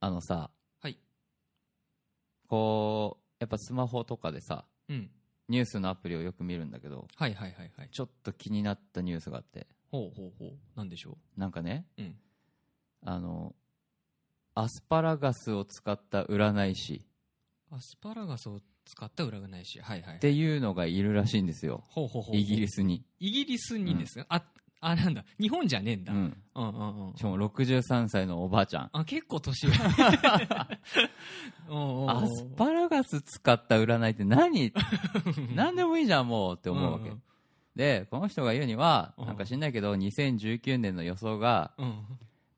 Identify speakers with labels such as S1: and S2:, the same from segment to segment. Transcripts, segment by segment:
S1: あのさ、
S2: はい。
S1: こう、やっぱスマホとかでさ、
S2: うん。
S1: ニュースのアプリをよく見るんだけど、
S2: はいはいはいはい。
S1: ちょっと気になったニュースがあって、
S2: ほうほうほう。なんでしょ
S1: なんかね、
S2: う。うん。
S1: あの、アスパラガスを使った占い師
S2: アスパラガスを使った裏がないし。はいはい。
S1: っていうのがいるらしいんですよ。
S2: ほうほうほう。
S1: イギリ
S2: ス。
S1: スに。
S2: イギリスにですね。あ、あ、なんだ。日本じゃねえん
S1: う
S2: だ。うん、
S1: ん。
S2: うんうんうん
S1: しかも63歳のおばあちゃん。
S2: あ、結構 年上。 おうおうおう
S1: アスパラガス使った占いって 何何でもいいじゃん、もうって思うわけ。
S2: うん
S1: で、この人が言うには、
S2: うん
S1: なんか知んないけど、2019年の予想が、
S2: うん。うん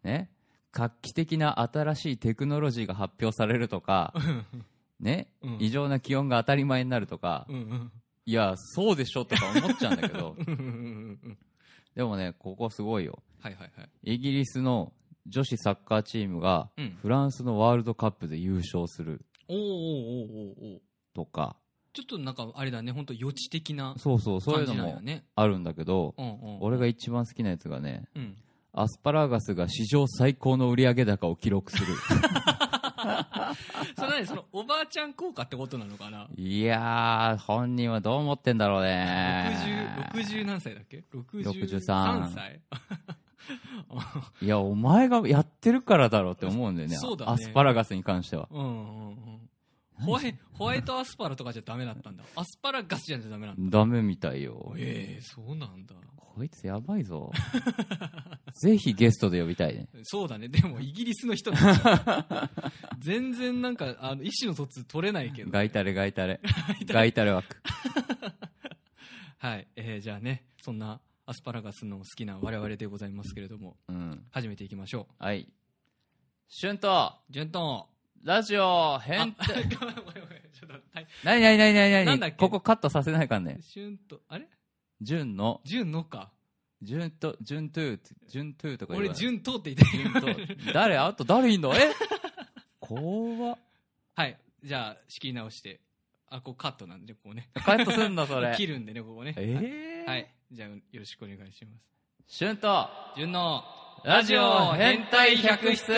S1: ね、画期的な新しいテクノロジーが発表されるとか、ね、
S2: うん
S1: 異常な気温が当たり前になるとか、
S2: うんうん
S1: いや、そうでしょとか思っちゃうんだけ ど、
S2: うんうんうんうん。
S1: でもね、ここすごいよ。
S2: はいはいはい。
S1: イギリスの女子サッカーチームが、
S2: うん。
S1: フランスのワールドカップで優勝する
S2: おうおうおうおうおう
S1: とか、
S2: ちょっとなんかあれだね、本当予知的な
S1: そうそう、そうい
S2: 感
S1: うの
S2: じなんよ
S1: も
S2: ね。
S1: あるんだけど、
S2: うんうん。
S1: 俺が一番好きなやつがね、
S2: うん。
S1: アスパラガスが史上最高の売上高を記録す る。
S2: それ何そのおばあちゃん効果ってことなのかない
S1: やー、本人はどう思ってんだろうね。
S2: 60, 60何歳だっけ ?63
S1: 63
S2: 歳
S1: いや、お前がやってるからだろうって思うんだよね。
S2: そうだね
S1: アスパラガスに関しては。
S2: うんうんうんホワイホワイトアスパラとかじゃダメだったんだアスパラガスじゃダメなんだ
S1: ダメみたいよ。
S2: ええそうなんだ
S1: こいつやばいぞ。 ぜひゲストで呼びたいね。
S2: そうだねでもイギリスの人なんじゃ ん全然なんかあの意思の疎通取れないけど、
S1: ガイタレガイタレ。ガイタレ枠。
S2: はい、えーじゃあねそんなアスパラガスの好きな我々でございますけれども
S1: うん。
S2: 始めていきましょ
S1: はい。春と、
S2: う順当
S1: ラジオ、変
S2: あごめんごめんちょっとはい
S1: なになになになになに
S2: なんだっけ
S1: ここカットさせないからね。
S2: 順とあれ
S1: 純の、
S2: 順のか
S1: 純と、純トゥー、純トゥーとか言
S2: 俺
S1: わない
S2: 順当って言って
S1: 純
S2: る
S1: と。誰あと誰いんのえ怖っ
S2: はい。じゃあ、仕切り直して。あ、こうカットなんで、こうね。
S1: カットすんだ、それ。
S2: 切るんでね、ここね。
S1: ええー。
S2: はい。じゃあ、よろしくお願いします。
S1: 春と、
S2: 順の、
S1: ラジオ変態百室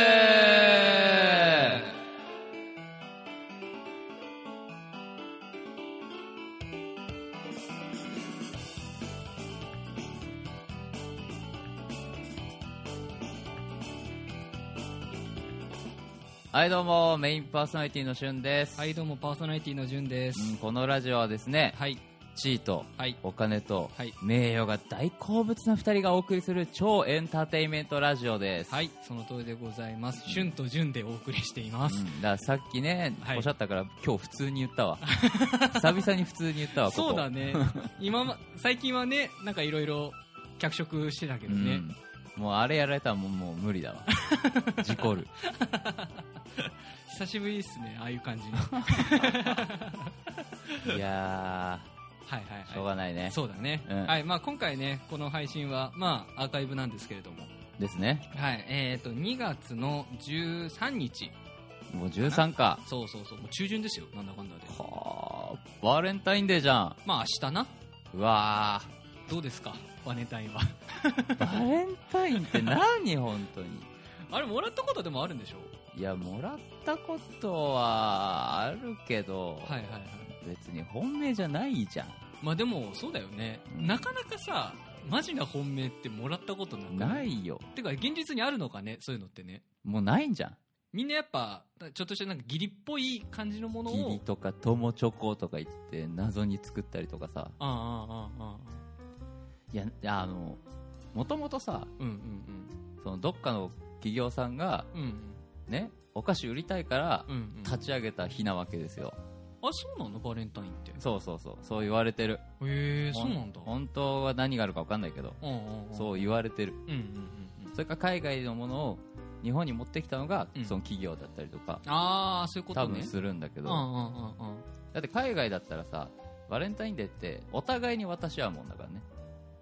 S1: はい、どうも、メインパーソナリティの春です。
S2: はい、どうも、パーソナリティの順です
S1: う。んこのラジオはですね、
S2: はい。
S1: 地位と
S2: はい。
S1: お金と
S2: はい。
S1: 名誉が大好物な二人がお送りする超エンターテインメントラジオです。
S2: はい、その通りでございます。春と順でお送りしています。
S1: うんだからさっきね、
S2: はい
S1: おっしゃったから今日普通に言 ったわ久々に普通に言ったわここ
S2: そう だね。今ま、最近はね、なんかいろいろ脚色してたけどね。
S1: うんもうあれやられたらもうもう無理だ わ事故る
S2: 久しぶりですね、ああいう感じ の。はい
S1: いや
S2: はいはい。
S1: ーしょうがないね
S2: そうだね、
S1: うん
S2: はいまあ、今回ねこの配信は、まあ、アーカイブなんですけれども、
S1: ですね
S2: はいえー、と2月の13日
S1: もう13か
S2: そうそうそうもう中旬ですよなんだかんだで
S1: はあバレンタインデーじゃん
S2: まあ明日な
S1: うわ
S2: どうですかバレンタインは
S1: ーバレンタインって何本当に
S2: あれもらったことでもあるんでしょ
S1: いやもらったことはあるけど、
S2: はいはいはい
S1: 別に本命じゃないじゃん
S2: まあでもそうだよね、
S1: うん
S2: なかなかさマジな本命ってもらったことなく
S1: ないいよ
S2: てか現実にあるのかねそういうのってね
S1: もうないんじゃん
S2: みんなやっぱちょっとしたなんか義理っぽい感じのもの
S1: ギリ
S2: を
S1: とか友チョコとか言って謎に作ったりとかさ
S2: ああああああ
S1: いやあのもともとさ
S2: うんうん
S1: そのどっかの企業さんが
S2: うんうんうん
S1: ねお菓子売りたいから
S2: うんうん
S1: 立ち上げた日なわけですよ、
S2: あそうなのバレンタインってへ
S1: そうそうそうそう言われてる
S2: え
S1: ほ
S2: そうなんだ
S1: 本当は何があるか分かんないけど
S2: うんうんうん
S1: そう言われてる
S2: うんうんうんうん
S1: それから海外のものを日本に持ってきたのが、
S2: うん
S1: その企業だったりとか
S2: ああそういうこと
S1: 多
S2: ね
S1: 分するんだけ
S2: う
S1: ど、
S2: んうんうんうん
S1: だって海外だったらさバレンタインデーってお互いに渡し合うもんだからね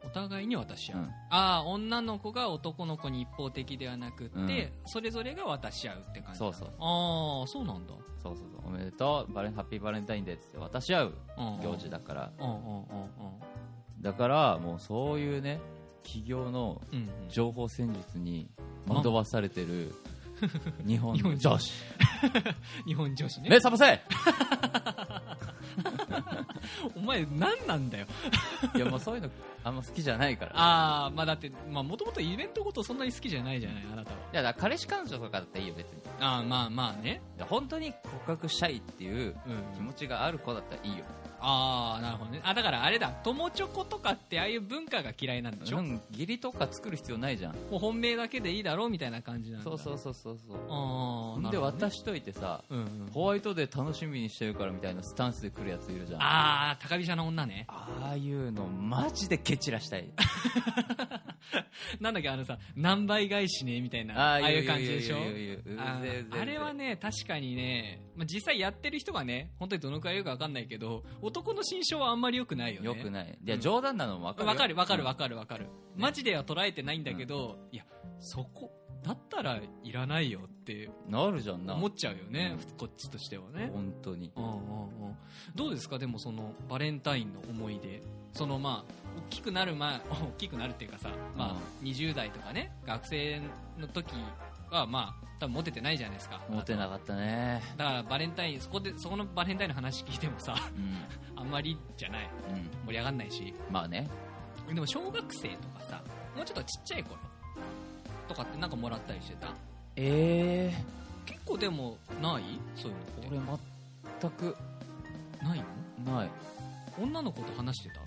S2: お互いに渡し合う、
S1: うん
S2: ああ女の子が男の子に一方的ではなくって、
S1: うん
S2: それぞれが渡し合うって感じ
S1: そうそう
S2: ああそうなんだ
S1: そうそうそうおめでとうバレンハッピーバレンタインデーっつって渡し合う
S2: うんうん
S1: 行事だから
S2: うんうんうん
S1: だからもうそういうね企業の
S2: うんうんうん
S1: 情報戦術に惑わされてる日本
S2: 日本
S1: 女子
S2: 日本女子ね
S1: 目覚ませ
S2: お前何なんだよ
S1: いやもうそういうのあんま好きじゃないから
S2: ああまあだってまあもともとイベントごとそんなに好きじゃないじゃないあなたはい
S1: やだから彼氏彼女とかだっていいよ別に
S2: ああまあまあね
S1: 本当に告白したいっていう
S2: うん
S1: 気持ちがある子だったらいいよ
S2: ああなるほどねあだからあれだ友チョコとかってああいう文化が嫌いなんでしょ、
S1: う
S2: も
S1: ん義理とか作る必要ないじゃん
S2: う本命だけでいいだろうみたいな感じなんだ
S1: そうそうそうそうそう
S2: あ
S1: ほ
S2: あ
S1: んで渡しといてさ
S2: うんうん、
S1: ホワイトデー楽しみにしてるからみたいなスタンスで来るやついるじゃんあ
S2: ああ高飛車の女ね
S1: あいうのマジでケチらした い
S2: なんだっけあのさ何倍返しねみたいなああいう感じでしょ
S1: 言う言う言う言う
S2: あ
S1: 全
S2: ー
S1: 然
S2: あれはね確かにね、まあ、実際やってる人がね本当にどのくらいいるか分かんないけど男の心象はあんまり良くないよね
S1: よく
S2: い
S1: ないいや
S2: うん
S1: 冗談なのも分かるよ
S2: 分かる分かる分かる分かる、マジでは捉えてないんだけど、いやそこだったらいらないよって
S1: なるじゃんな
S2: 思っちゃうよね
S1: う
S2: こっちとしてはね、
S1: 本当に
S2: うんうんうんどうですかでもそのバレンタインの思い出そのまあ 大きくなる前大きくなるっていうかさ、まあ、20代とかね学生の時はまあ多分モテてないじゃないですか
S1: モテなかったね
S2: だからバレンタインそこでそこのバレンタインの話聞いてもさ
S1: うん
S2: あんまりじゃない
S1: うん
S2: 盛り上がんないし
S1: まあね
S2: でも小学生とかさもうちょっとちっちゃい頃とかってなんかもらったりしてた
S1: え
S2: 結構でもないそういうの
S1: え
S2: って
S1: 俺全く
S2: ないの
S1: ない
S2: 女の子と話してた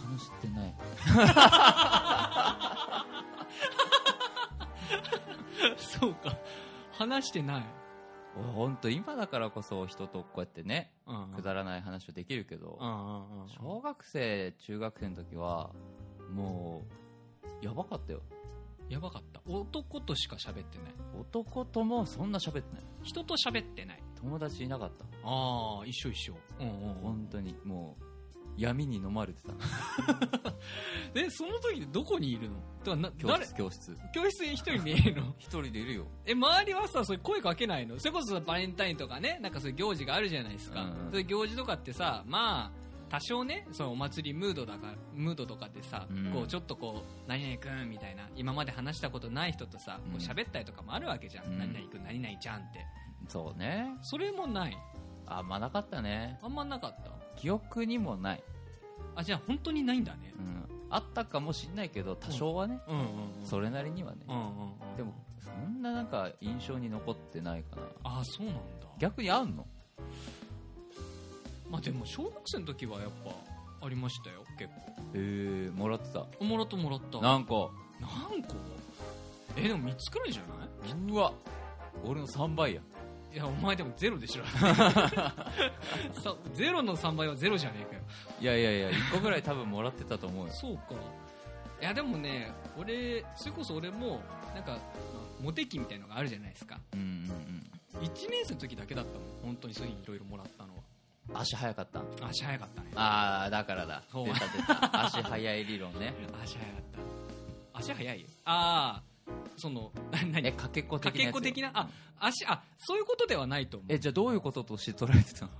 S1: 話してない
S2: そうか話してない
S1: 俺本当今だからこそ人とこうやってね
S2: うんうん
S1: くだらない話をできるけど
S2: うんうん
S1: 小学生中学生の時はもうやばかったよ
S2: やばかった男としか喋ってない
S1: 男ともそんな喋ってない
S2: 人と喋ってない
S1: 友達いなかった
S2: ああ一緒一緒うんうんうん
S1: 本当にもう闇に飲まれて た
S2: でその時どこにいるのだからな
S1: 教
S2: 誰
S1: 室教室
S2: 教室に一人でいるの
S1: 一人でいるよ
S2: え周りはさそれ声かけないのそれこそさバレンタインとかねなんかそういう行事があるじゃないですか、
S1: うんうん
S2: そういう行事とかってさまあ多少ねそのお祭りムードだからムードとかでさ、
S1: うん
S2: こうちょっとこう何々くんみたいな今まで話したことない人とさこ
S1: うん
S2: う喋ったりとかもあるわけじゃん、
S1: うん
S2: 何々くん何々ちゃんって
S1: そうね
S2: それもない
S1: あんまなかったね
S2: あんまなかった
S1: 記憶にもない、
S2: あじゃあ本当にないんだね
S1: うん、あったかもしんないけど多少はね、
S2: うんうんうん
S1: それなりにはね、
S2: うんうんうん
S1: でもそんななんか印象に残ってないかな
S2: ああそうなんだ
S1: 逆にあんの
S2: まあでも小学生の時はやっぱありましたよ結
S1: えー、もらってた
S2: 構もらったもらった
S1: 何個
S2: 何個えでも3つくらいじゃないう
S1: わ俺の3倍や
S2: いやお前でもゼロでし ろさゼロの3倍はゼロじゃねえかよ
S1: いやいやいや1個ぐらい多分もらってたと思うよ
S2: そうかいやでもね俺それこそ俺もなんかまあモテ期みたいのがあるじゃないですか
S1: うんうん
S2: 1年生の時だけだったもん本当にそういういろいろもらったのは
S1: うん足早かった
S2: 足早かったね
S1: ああだからだ
S2: そう
S1: 出た出た足早い理論 ね
S2: 足早かった足早いああそのな
S1: え
S2: 何
S1: かけっこ的な
S2: かけ
S1: や
S2: っ
S1: つ
S2: こ的なあ足あそういうことではないと思う
S1: えじゃあどういうこととして捉えてたの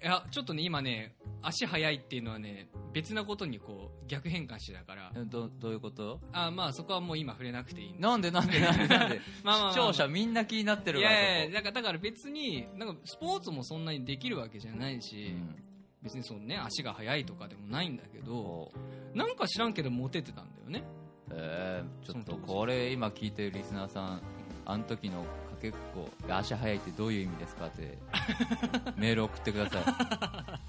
S2: いやちょっとね今ね足早いっていうのはね別なことにこう逆変換してたから
S1: えどどういうこと
S2: あまあそこはもう今触れなくていいんだ
S1: なんでなんでなんでなんで
S2: まあまあま あ
S1: 視聴者みんな気になって
S2: い
S1: るわ
S2: やい
S1: そ
S2: やだからだから別になんかスポーツもそんなにできるわけじゃないし、
S1: こ
S2: 別にそのね足が速いとかでもないんだけ
S1: うん
S2: ど
S1: こう
S2: なんか知らんけどモテてたんだよね
S1: えー、ちょっとこれ今聞いてるリスナーさんあの時のかけっこ足早いってどういう意味ですかって メール送ってください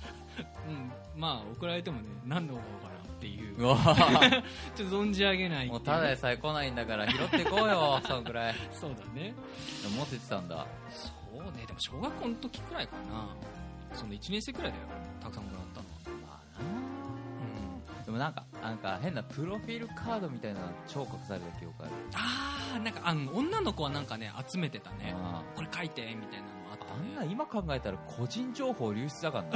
S2: うんまあ送られてもね何の方が分からんっていう
S1: うわー
S2: ちょっと存じ上げないってい
S1: も
S2: う
S1: うただでさえ来ないんだから拾ってこう よそのくらい
S2: そうだね
S1: 持っててたんだ
S2: そうねでも小学校の時くらいかなその1年生くらいだよたくさんもらったのは
S1: まあなでもなんかなんか変なプロフィールカードみたいなの超覚された記憶ある
S2: あーなんかあの女の子はなんかね集めてたね
S1: あ
S2: これ書いてみたいなのあっ
S1: ー
S2: た
S1: あんな
S2: ね
S1: 今考えたら個人情報流出だからな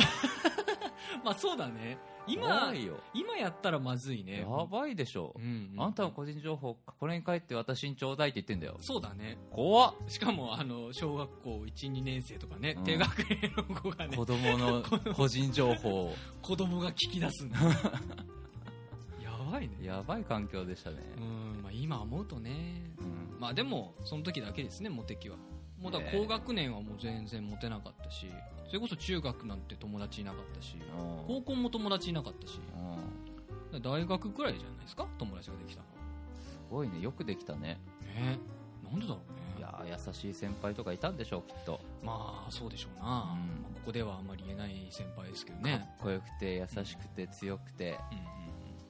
S2: まあそうだね今
S1: 怖いよ
S2: 今やったらまずいね
S1: やばいでしょ
S2: う、ん、
S1: あんたの個人情報これに書いて私にちょうだいって言ってんだよ
S2: そうだね
S1: 怖っ
S2: しかもあの小学校12年生とかね、
S1: うん
S2: 低学年の 子がね
S1: 子供の個人情報を
S2: 子供が聞き出 すんだやばいね
S1: やばい環境でしたね、
S2: うん、まあ、今思うとね
S1: うん
S2: まあでもその時だけですねモテ期はもうだから
S1: ねえ
S2: 高学年はもう全然モテなかったしそれこそ中学なんて友達いなかったし
S1: うん
S2: 高校も友達いなかったし
S1: うん
S2: 大学くらいじゃないですか友達ができたの
S1: すごいねよくできたね
S2: ねなんでだろ
S1: い
S2: うね
S1: やー優しい先輩とかいたんでしょうきっと
S2: まあそうでしょうな、
S1: うん
S2: まあここではあんまり言えない先輩ですけど
S1: か
S2: ね
S1: っこよくて優しくて強くて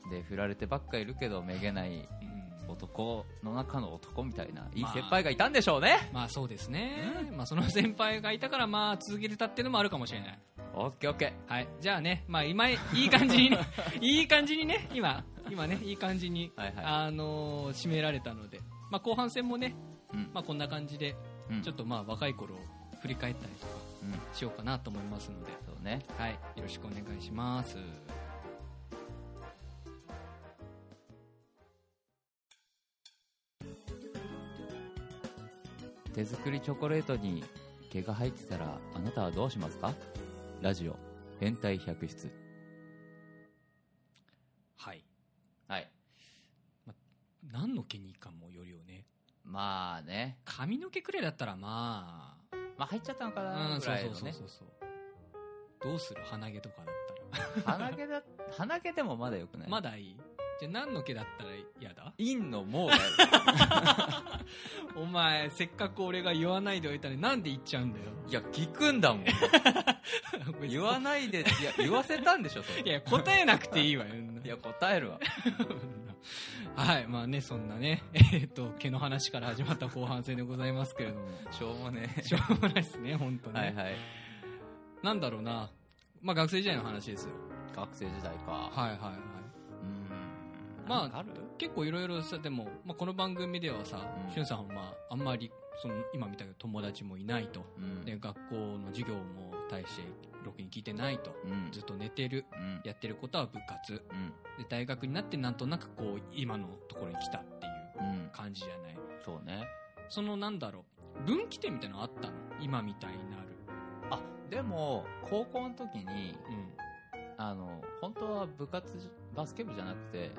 S2: うん
S1: で振られてばっかいるけどめげない
S2: うんうん
S1: 男の中の男みたいないい
S2: まあ
S1: 先輩がいたんでしょうね、
S2: まあそうですね、まあ、その先輩がいたからまあ続けてたっていうのもあるかもしれない
S1: オッケーオッケ
S2: はいじゃあねまあ今いい感 じにねいい感じにね今今 ねいい感じに、
S1: ーはいは
S2: あのー締められたので、まあ、後半戦もね、
S1: い、うん
S2: まあ、こんな感じで
S1: うん
S2: ちょっとまあ若い頃を振り返ったりとか
S1: うん
S2: しようかなと思いますので
S1: そうね
S2: はい、よろしくお願いします。
S1: 手作りチョコレートに毛が入ってたらあなたはどうしますかラジオ変態百出
S2: はい。
S1: はい
S2: 何の毛にかもよりをね、
S1: まあね
S2: 髪の毛くらいだったらま
S1: まあ入っちゃったのか
S2: あ、
S1: なぐ
S2: そう
S1: らい
S2: そ
S1: の
S2: うそう
S1: ね
S2: そうそう。どうする鼻毛とかだったら。
S1: 鼻毛だ 鼻毛でもまだよくない
S2: まだいいじゃあ何の毛だったら嫌だ
S1: 陰の毛が ある
S2: お前、せっかく俺が言わないでおいたのになんで言っち ゃうんだよ。
S1: いや聞くんだもん 言わないでいや言わせたんでしょそれ
S2: いや、答えなくていいわよ。
S1: いや答えるわ
S2: はい、まあね、そんなね、 えーっと、毛の話から始まった後半戦でございますけれ ども、
S1: しょうもね
S2: しょうもないですね、本当ね。
S1: はいはい
S2: なんだろうな、まあ学生時代の話ですよ。
S1: 学生時代か
S2: はいはいはい。
S1: うん
S2: まあ
S1: なんかある
S2: 結構いろいろさ、でも、まあ、この番組ではさ
S1: う、ん
S2: しゅんさんはまあ、あんまり、その、今みたいな友達もいないと。
S1: うん
S2: で、学校の授業も大して、ろくに聞いてないと。
S1: うん
S2: ずっと寝てる。
S1: うん
S2: やってることは部活。
S1: うん
S2: で、大学になってなんとなくこう、今のところに来たっていう
S1: うん
S2: 感じじゃない。
S1: そうね
S2: そのなんだろう、分岐点みたいなのあったの今みたいになる。
S1: あでも高校の時に
S2: うん。
S1: あの本当は部活じバスケ部じゃなくて
S2: う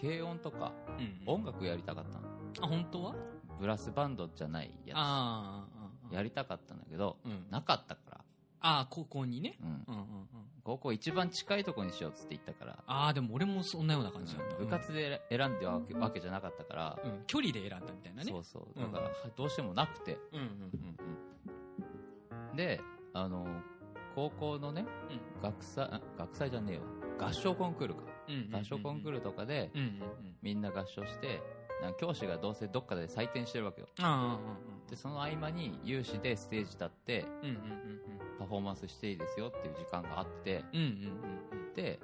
S1: 軽音とか
S2: ん。うん。
S1: 音楽やりたかったの
S2: あ、本当は
S1: ブラスバンドじゃないや
S2: ああ。
S1: つやりたかったんだけど
S2: うん。
S1: なかったから、
S2: ああ、高校にね。
S1: うん、
S2: うんうんうん。
S1: 高校一番近いとこにしようっつって言ったから、
S2: ああ、でも俺もそんなような感じだった。
S1: 部活で選んでわけわけじゃなかったから、
S2: うん、距離で選んだみたいなね。
S1: そううそう
S2: うん
S1: だから、はどうしてもなくて
S2: んうんうん
S1: であの高校のね学祭あ学祭じゃねえよ合唱コンクールか
S2: うん。うん。
S1: 合唱コンクー
S2: ル。
S1: ルとかで
S2: うんうんうん。
S1: みんな合唱してなんか教師がどうせどっかで採点してるわけよ
S2: あ
S1: でその合間に有志でステージ立って
S2: あ。うんうん
S1: パフォーマンスしていいですよっていう時間があって
S2: うんうん。うんうん
S1: で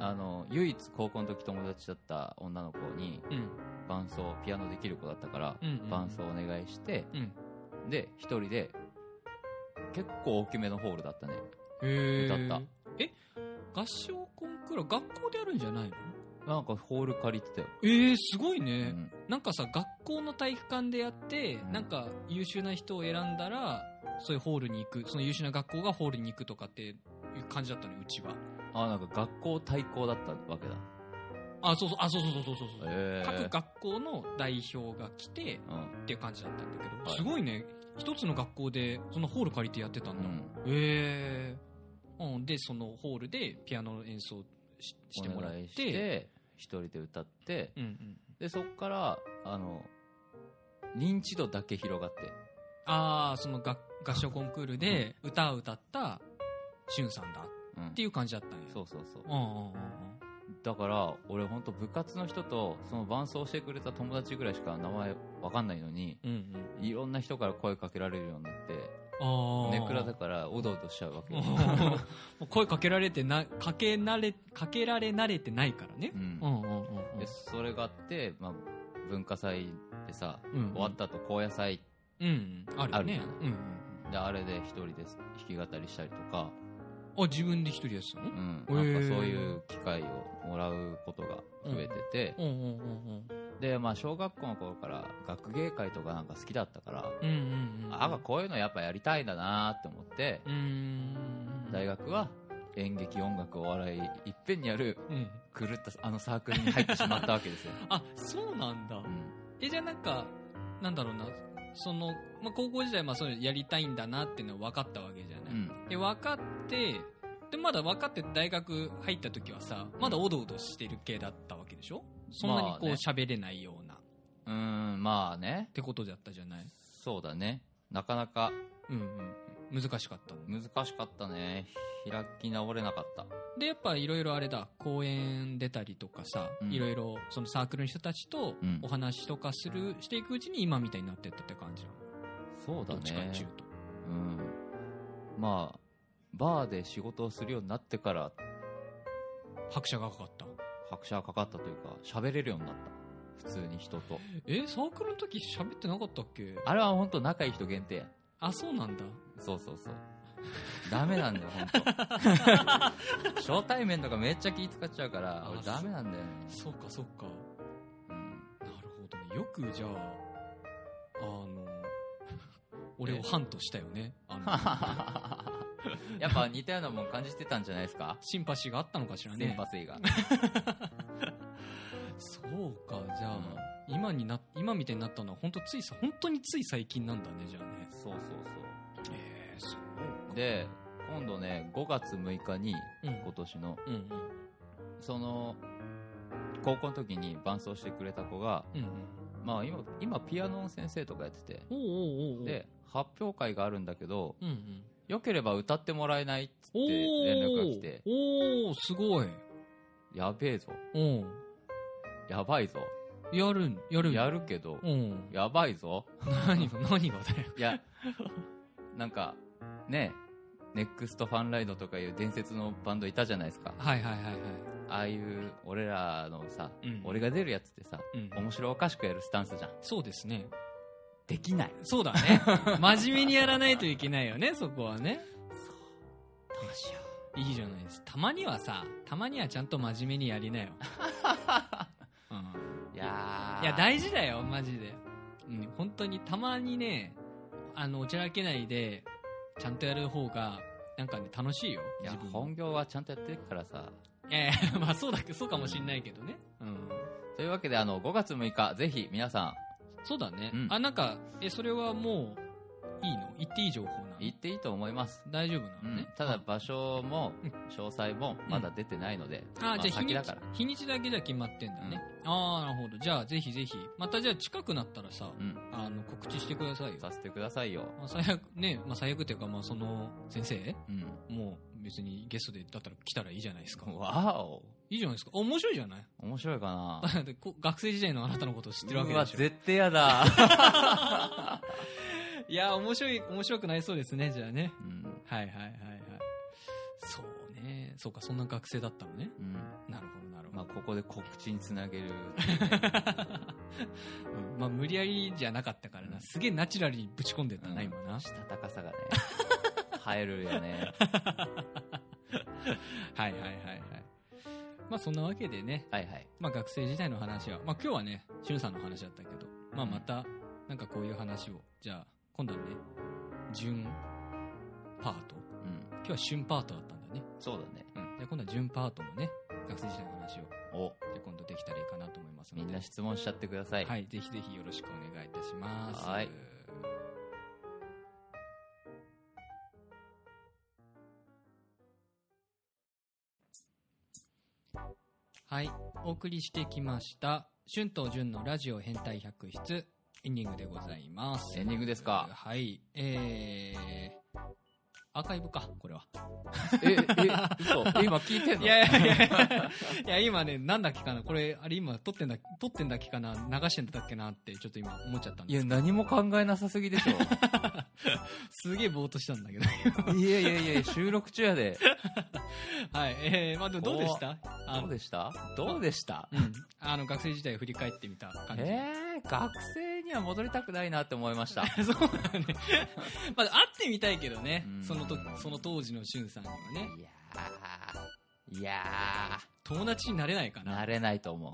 S1: あの唯一高校の時友達だった女の子に
S2: うんうん。
S1: 伴奏ピアノできる子だったから
S2: うんうんうん。
S1: 伴奏お願いして
S2: うん。
S1: で一人で結構大きめのホールだったね
S2: へえ。
S1: 歌った。
S2: え合唱コンクールは学校でやるんじゃないの
S1: なんかホール借りてたよ、
S2: ええ、すごいうね。
S1: ん、
S2: なんかさ、学校の体育館でやって、
S1: うん
S2: なんか優秀な人を選んだら、そういうホールに行く、その優秀な学校がホールに行くとかっていう感じだったのよ、うちは。
S1: あなんか学校対抗だったわけだ
S2: あ、そうそう、あ、そうそうそうそうそうそう。
S1: ええ
S2: 各学校の代表が来て
S1: うん
S2: っていう感じだったんだけど、
S1: はい
S2: すごいね一つの学校でそのホール借りてやってたん
S1: う
S2: だ、
S1: ん
S2: へえ、うん、でそのホールでピアノの演奏ししても
S1: お
S2: らっ
S1: 願い
S2: て
S1: して一人で歌って
S2: うんうん、
S1: でそっからあの認知度だけ広がって
S2: ああそのが合唱コンクールで歌を歌ったしゅんさんだっ
S1: うん
S2: ていう感じだったんや
S1: そうそうそう
S2: うんうんうんうん
S1: だから俺本当部活の人とその伴奏してくれた友達ぐらいしか名前わかんないのに
S2: うんうん
S1: いろんな人から声かけられるようになって
S2: ああ
S1: ネクラだからおどおどしちゃうわけよ、
S2: もう声かけられてなかけ慣れかけられ慣れてないからね
S1: う、ん
S2: うんうんうんうん
S1: でそれがあって、まあ、文化祭でさ、
S2: うん
S1: 終わった後高野祭
S2: うん、あるよね
S1: ある
S2: うんうん
S1: であれで一人で弾き語りしたりとか、
S2: うん、あ自分で一人でやってた
S1: う
S2: の
S1: ん、
S2: へ
S1: なんかそう
S2: ー
S1: いう機会をもらうことが増えてて、
S2: うんうんうん
S1: で、まあ、小学校の頃から学芸会とかなんか好きだったから、
S2: うんうんうんうん
S1: あこういうのやっぱやりたいんだなって思って
S2: うーん
S1: 大学は演劇音楽お笑いいっぺんにやる
S2: うん
S1: 狂ったあのサークルに入ってしまったわけですよ、
S2: あそうなんだ
S1: うん
S2: えじゃあなんかなんだろうなその、まあ、高校時代まあそういうのやりたいんだなっていうのは分かったわけじゃない、
S1: うん
S2: で分かってでまだ分かって大学入った時はさまだおどおどしてる系だったわけでしょそんなにこう
S1: まあね
S2: 喋、れないようなっ
S1: うーんまあね
S2: てことだったじゃない
S1: そうだねなかなか
S2: うんうん難しかった
S1: 難しかったね開き直れなかった
S2: でやっぱいろいろあれだ公演出たりとかさ
S1: うん
S2: いろいろそのサークルの人たちと
S1: うん
S2: お話とかするしていくうちに今みたいになってったって感じなの
S1: そうだ
S2: どっちかっ
S1: ね
S2: ちゅうと
S1: うんまあバーで仕事をするようになってから
S2: 拍車がかかった
S1: 拍車がかかったというか喋れるようになった普通に人と
S2: えサークルの時喋ってなかったっけ
S1: あれは本当仲いい人限定
S2: あそうなんだ
S1: そうそうそうダメなんだよ本当 初対面とかめっちゃ気使っちゃうから
S2: あ
S1: 俺ダメなんだよね
S2: そっかそっか
S1: うん
S2: なるほどねよくじゃあ あの俺をハンとしたよねあの
S1: やっぱ似たようなもん感じてたんじゃないですか
S2: シンパシーがあったのかしら
S1: 先
S2: ね
S1: 発意が
S2: そうかじゃあ、今にな今みたいになったのは本当ついさ本当につい最近なんだねじゃあね
S1: そうそう
S2: ええそ
S1: そうで今度ね5月6日に
S2: う
S1: 今年の
S2: うんうん
S1: その高校の時に伴奏してくれた子が、
S2: うんうん
S1: まあ、今今ピアノの先生とかやってて
S2: おうおうおうおう
S1: で発表会があるんだけど
S2: うんうん
S1: よければ歌ってもらえないっつって
S2: おお
S1: 連絡が来て
S2: おおすごい
S1: やべえぞ
S2: うん
S1: やばいぞ
S2: やるんやるん
S1: やるけど
S2: うん
S1: やばいぞ
S2: 何が何がだよ
S1: い やなんかねネックストファンライドとかいう伝説のバンドいたじゃないですか
S2: はいはいはいはい
S1: ああいう俺らのさ、
S2: うん
S1: 俺が出るやつってさ
S2: うん
S1: 面白おかしくやるスタンスじゃん
S2: そうですね
S1: できない
S2: そう だね真面目にやらないといけないよねそこはね
S1: どうしよ
S2: いいじゃないですたまにはさたまにはちゃんと真面目にや りなよ、うん
S1: ういやー
S2: いや大事だよマジで、うん、本当にたまにねあのおちゃらけないでちゃんとやる方がなんかね楽しいよ
S1: いや
S2: 自分も
S1: 本業はちゃんとやってるからさ
S2: いやいや まあそうだけどそうかもしんないけどねうん
S1: というわけであの5月6日ぜひ皆さ
S2: そうだね、
S1: うん
S2: あなんかえそれはもういいの言っていい情報なの
S1: ん行っていいと思います、
S2: 大丈夫
S1: う
S2: なのね
S1: ん、ただ場所も
S2: うん
S1: 詳細もまだ出てないので、
S2: あ
S1: ま
S2: じゃあ日
S1: 先
S2: に
S1: だ
S2: ち
S1: から
S2: 日にちだけじゃ決まってんだね、ああなるほどじゃあぜひぜひまたじゃあ近くなったらさ、
S1: うん
S2: あの告知してくださいよ、
S1: させてくださいよ、
S2: まあ、最悪ね、まあ、最悪っていうかまあその先生
S1: うん、
S2: もう別にゲストでだったら来たらいいじゃないですか。
S1: わお
S2: いいじゃないですか。面白いじゃない
S1: 面白いかな
S2: だってこ学生時代のあなたの ことを知ってるわけ
S1: うわ
S2: でしょ。
S1: 絶対やだ、
S2: いや、 面白い、面白くなりそうですね、じゃあね。
S1: うん
S2: はいはいはいはい。そうね。そうか、そんな学生だったのね。
S1: うん
S2: なるほどなるほど。
S1: まあ、ここで告知につな げる
S2: うんまあ、無理やりじゃなかったからな。すげえナチュラルにぶち込んでったな、
S1: うん
S2: 今な。
S1: したたかさがね映えるよね
S2: はいはいはいはい。まあそんなわけでね、
S1: はいはい
S2: まあ学生時代の話は、まあ今日はね、しゅんさんの話だったけど、まあまた、なんかこういう話を、じゃあ、今度はね、順パート。
S1: うん
S2: 今日は旬パートだったんだね。
S1: そうだね
S2: じゃあ今度は順パートのね、学生時代の話を、
S1: お
S2: じゃあ今度できたらいいかなと思いますの
S1: み
S2: で。
S1: んな質問しちゃってください、
S2: はい、ぜひぜひよろしくお願いいたします。
S1: はい
S2: はい、お送りしてきました。春と純のラジオ変態百室エンディングでございます。
S1: エンディングですか
S2: はい、えー、アーカイブか、これは。
S1: ええ嘘今聞いてんの
S2: いやいやいやいやいや、今ね、なんだっけかな、これ、あれ今撮ってんだ、撮ってんだっけかな、流してんだっけなって、ちょっと今思っちゃったん
S1: い
S2: で
S1: や
S2: す
S1: 何も考えなさすぎでし ょ
S2: すげえぼーっとしたんだ けど。
S1: いやいやいや収録中やで
S2: はい、えー、まあでもどうでしたあ
S1: どう
S2: の
S1: でしたどうでした
S2: うん、あの、学生時代を振り返ってみた感じ。
S1: えー、学生には戻りたくないなって思いました
S2: そうだね。まあ、会ってみたいけどね
S1: う。ん
S2: そのと、その当時のしゅんさんにはね。
S1: いやーいや
S2: 友達になれないか
S1: ー
S2: な
S1: な。れないと思う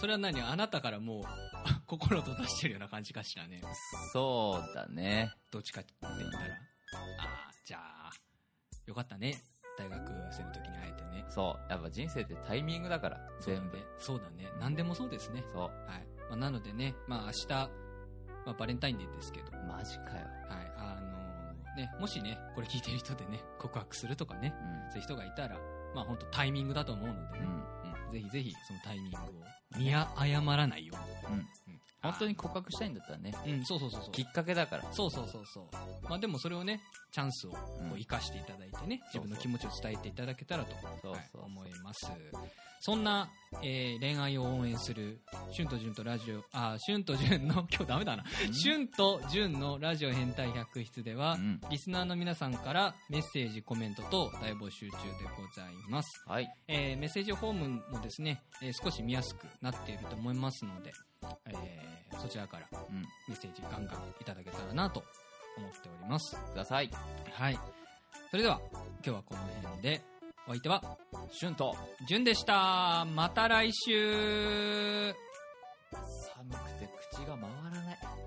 S2: それは何あなたからもう、 あ心閉ざしてるような感じかしらね。
S1: そうだね
S2: どっちかって言ったら。ああ、じゃあ、よかったね。大学生の時に会えてね。
S1: そうやっぱ人生ってタイミングだから
S2: そうだ
S1: 全
S2: ね
S1: 部。
S2: そうだね。何でもそうですね。
S1: そう
S2: はい。まあ、なのでね、まあ明日、まあ、バレンタインデーですけど、はい、
S1: マジかよ、
S2: あのね、もしね、これ聞いてる人でね、告白するとかね、
S1: うん
S2: そういう人がいたら、まあ本当タイミングだと思うのでね、うんぜひぜひそのタイミングを見あ誤らないように。
S1: うん
S2: うん
S1: 本当に告白したいんだったらね
S2: うん、そうそうそうそう。
S1: きっかけだから
S2: そうそうそうそう。まあでもそれをね、チャンスをこう生かしていただいてね、
S1: そう
S2: 自
S1: そう
S2: 分の気持ちを伝えていただけたらと、
S1: そう
S2: はい
S1: そう
S2: 思います。そんな、えー恋愛を応援する、シュンとジュンとラジオ、あ、シュンとジュンの、今日ダメだな。シュンとジュンのラジオ変態百室では、
S1: うん
S2: リスナーの皆さんからメッセージ、コメントと大募集中でございます。
S1: はい
S2: えーメッセージフォームもですね、えー少し見やすくなっていると思いますので、えーそちらから
S1: うん
S2: メッセージガンガンいただけたらなと思っております。
S1: ください
S2: はい。それでは、今日はこの辺で、お相手は、
S1: シュンと
S2: じゅんでした。また来週
S1: 寒くて口が回らない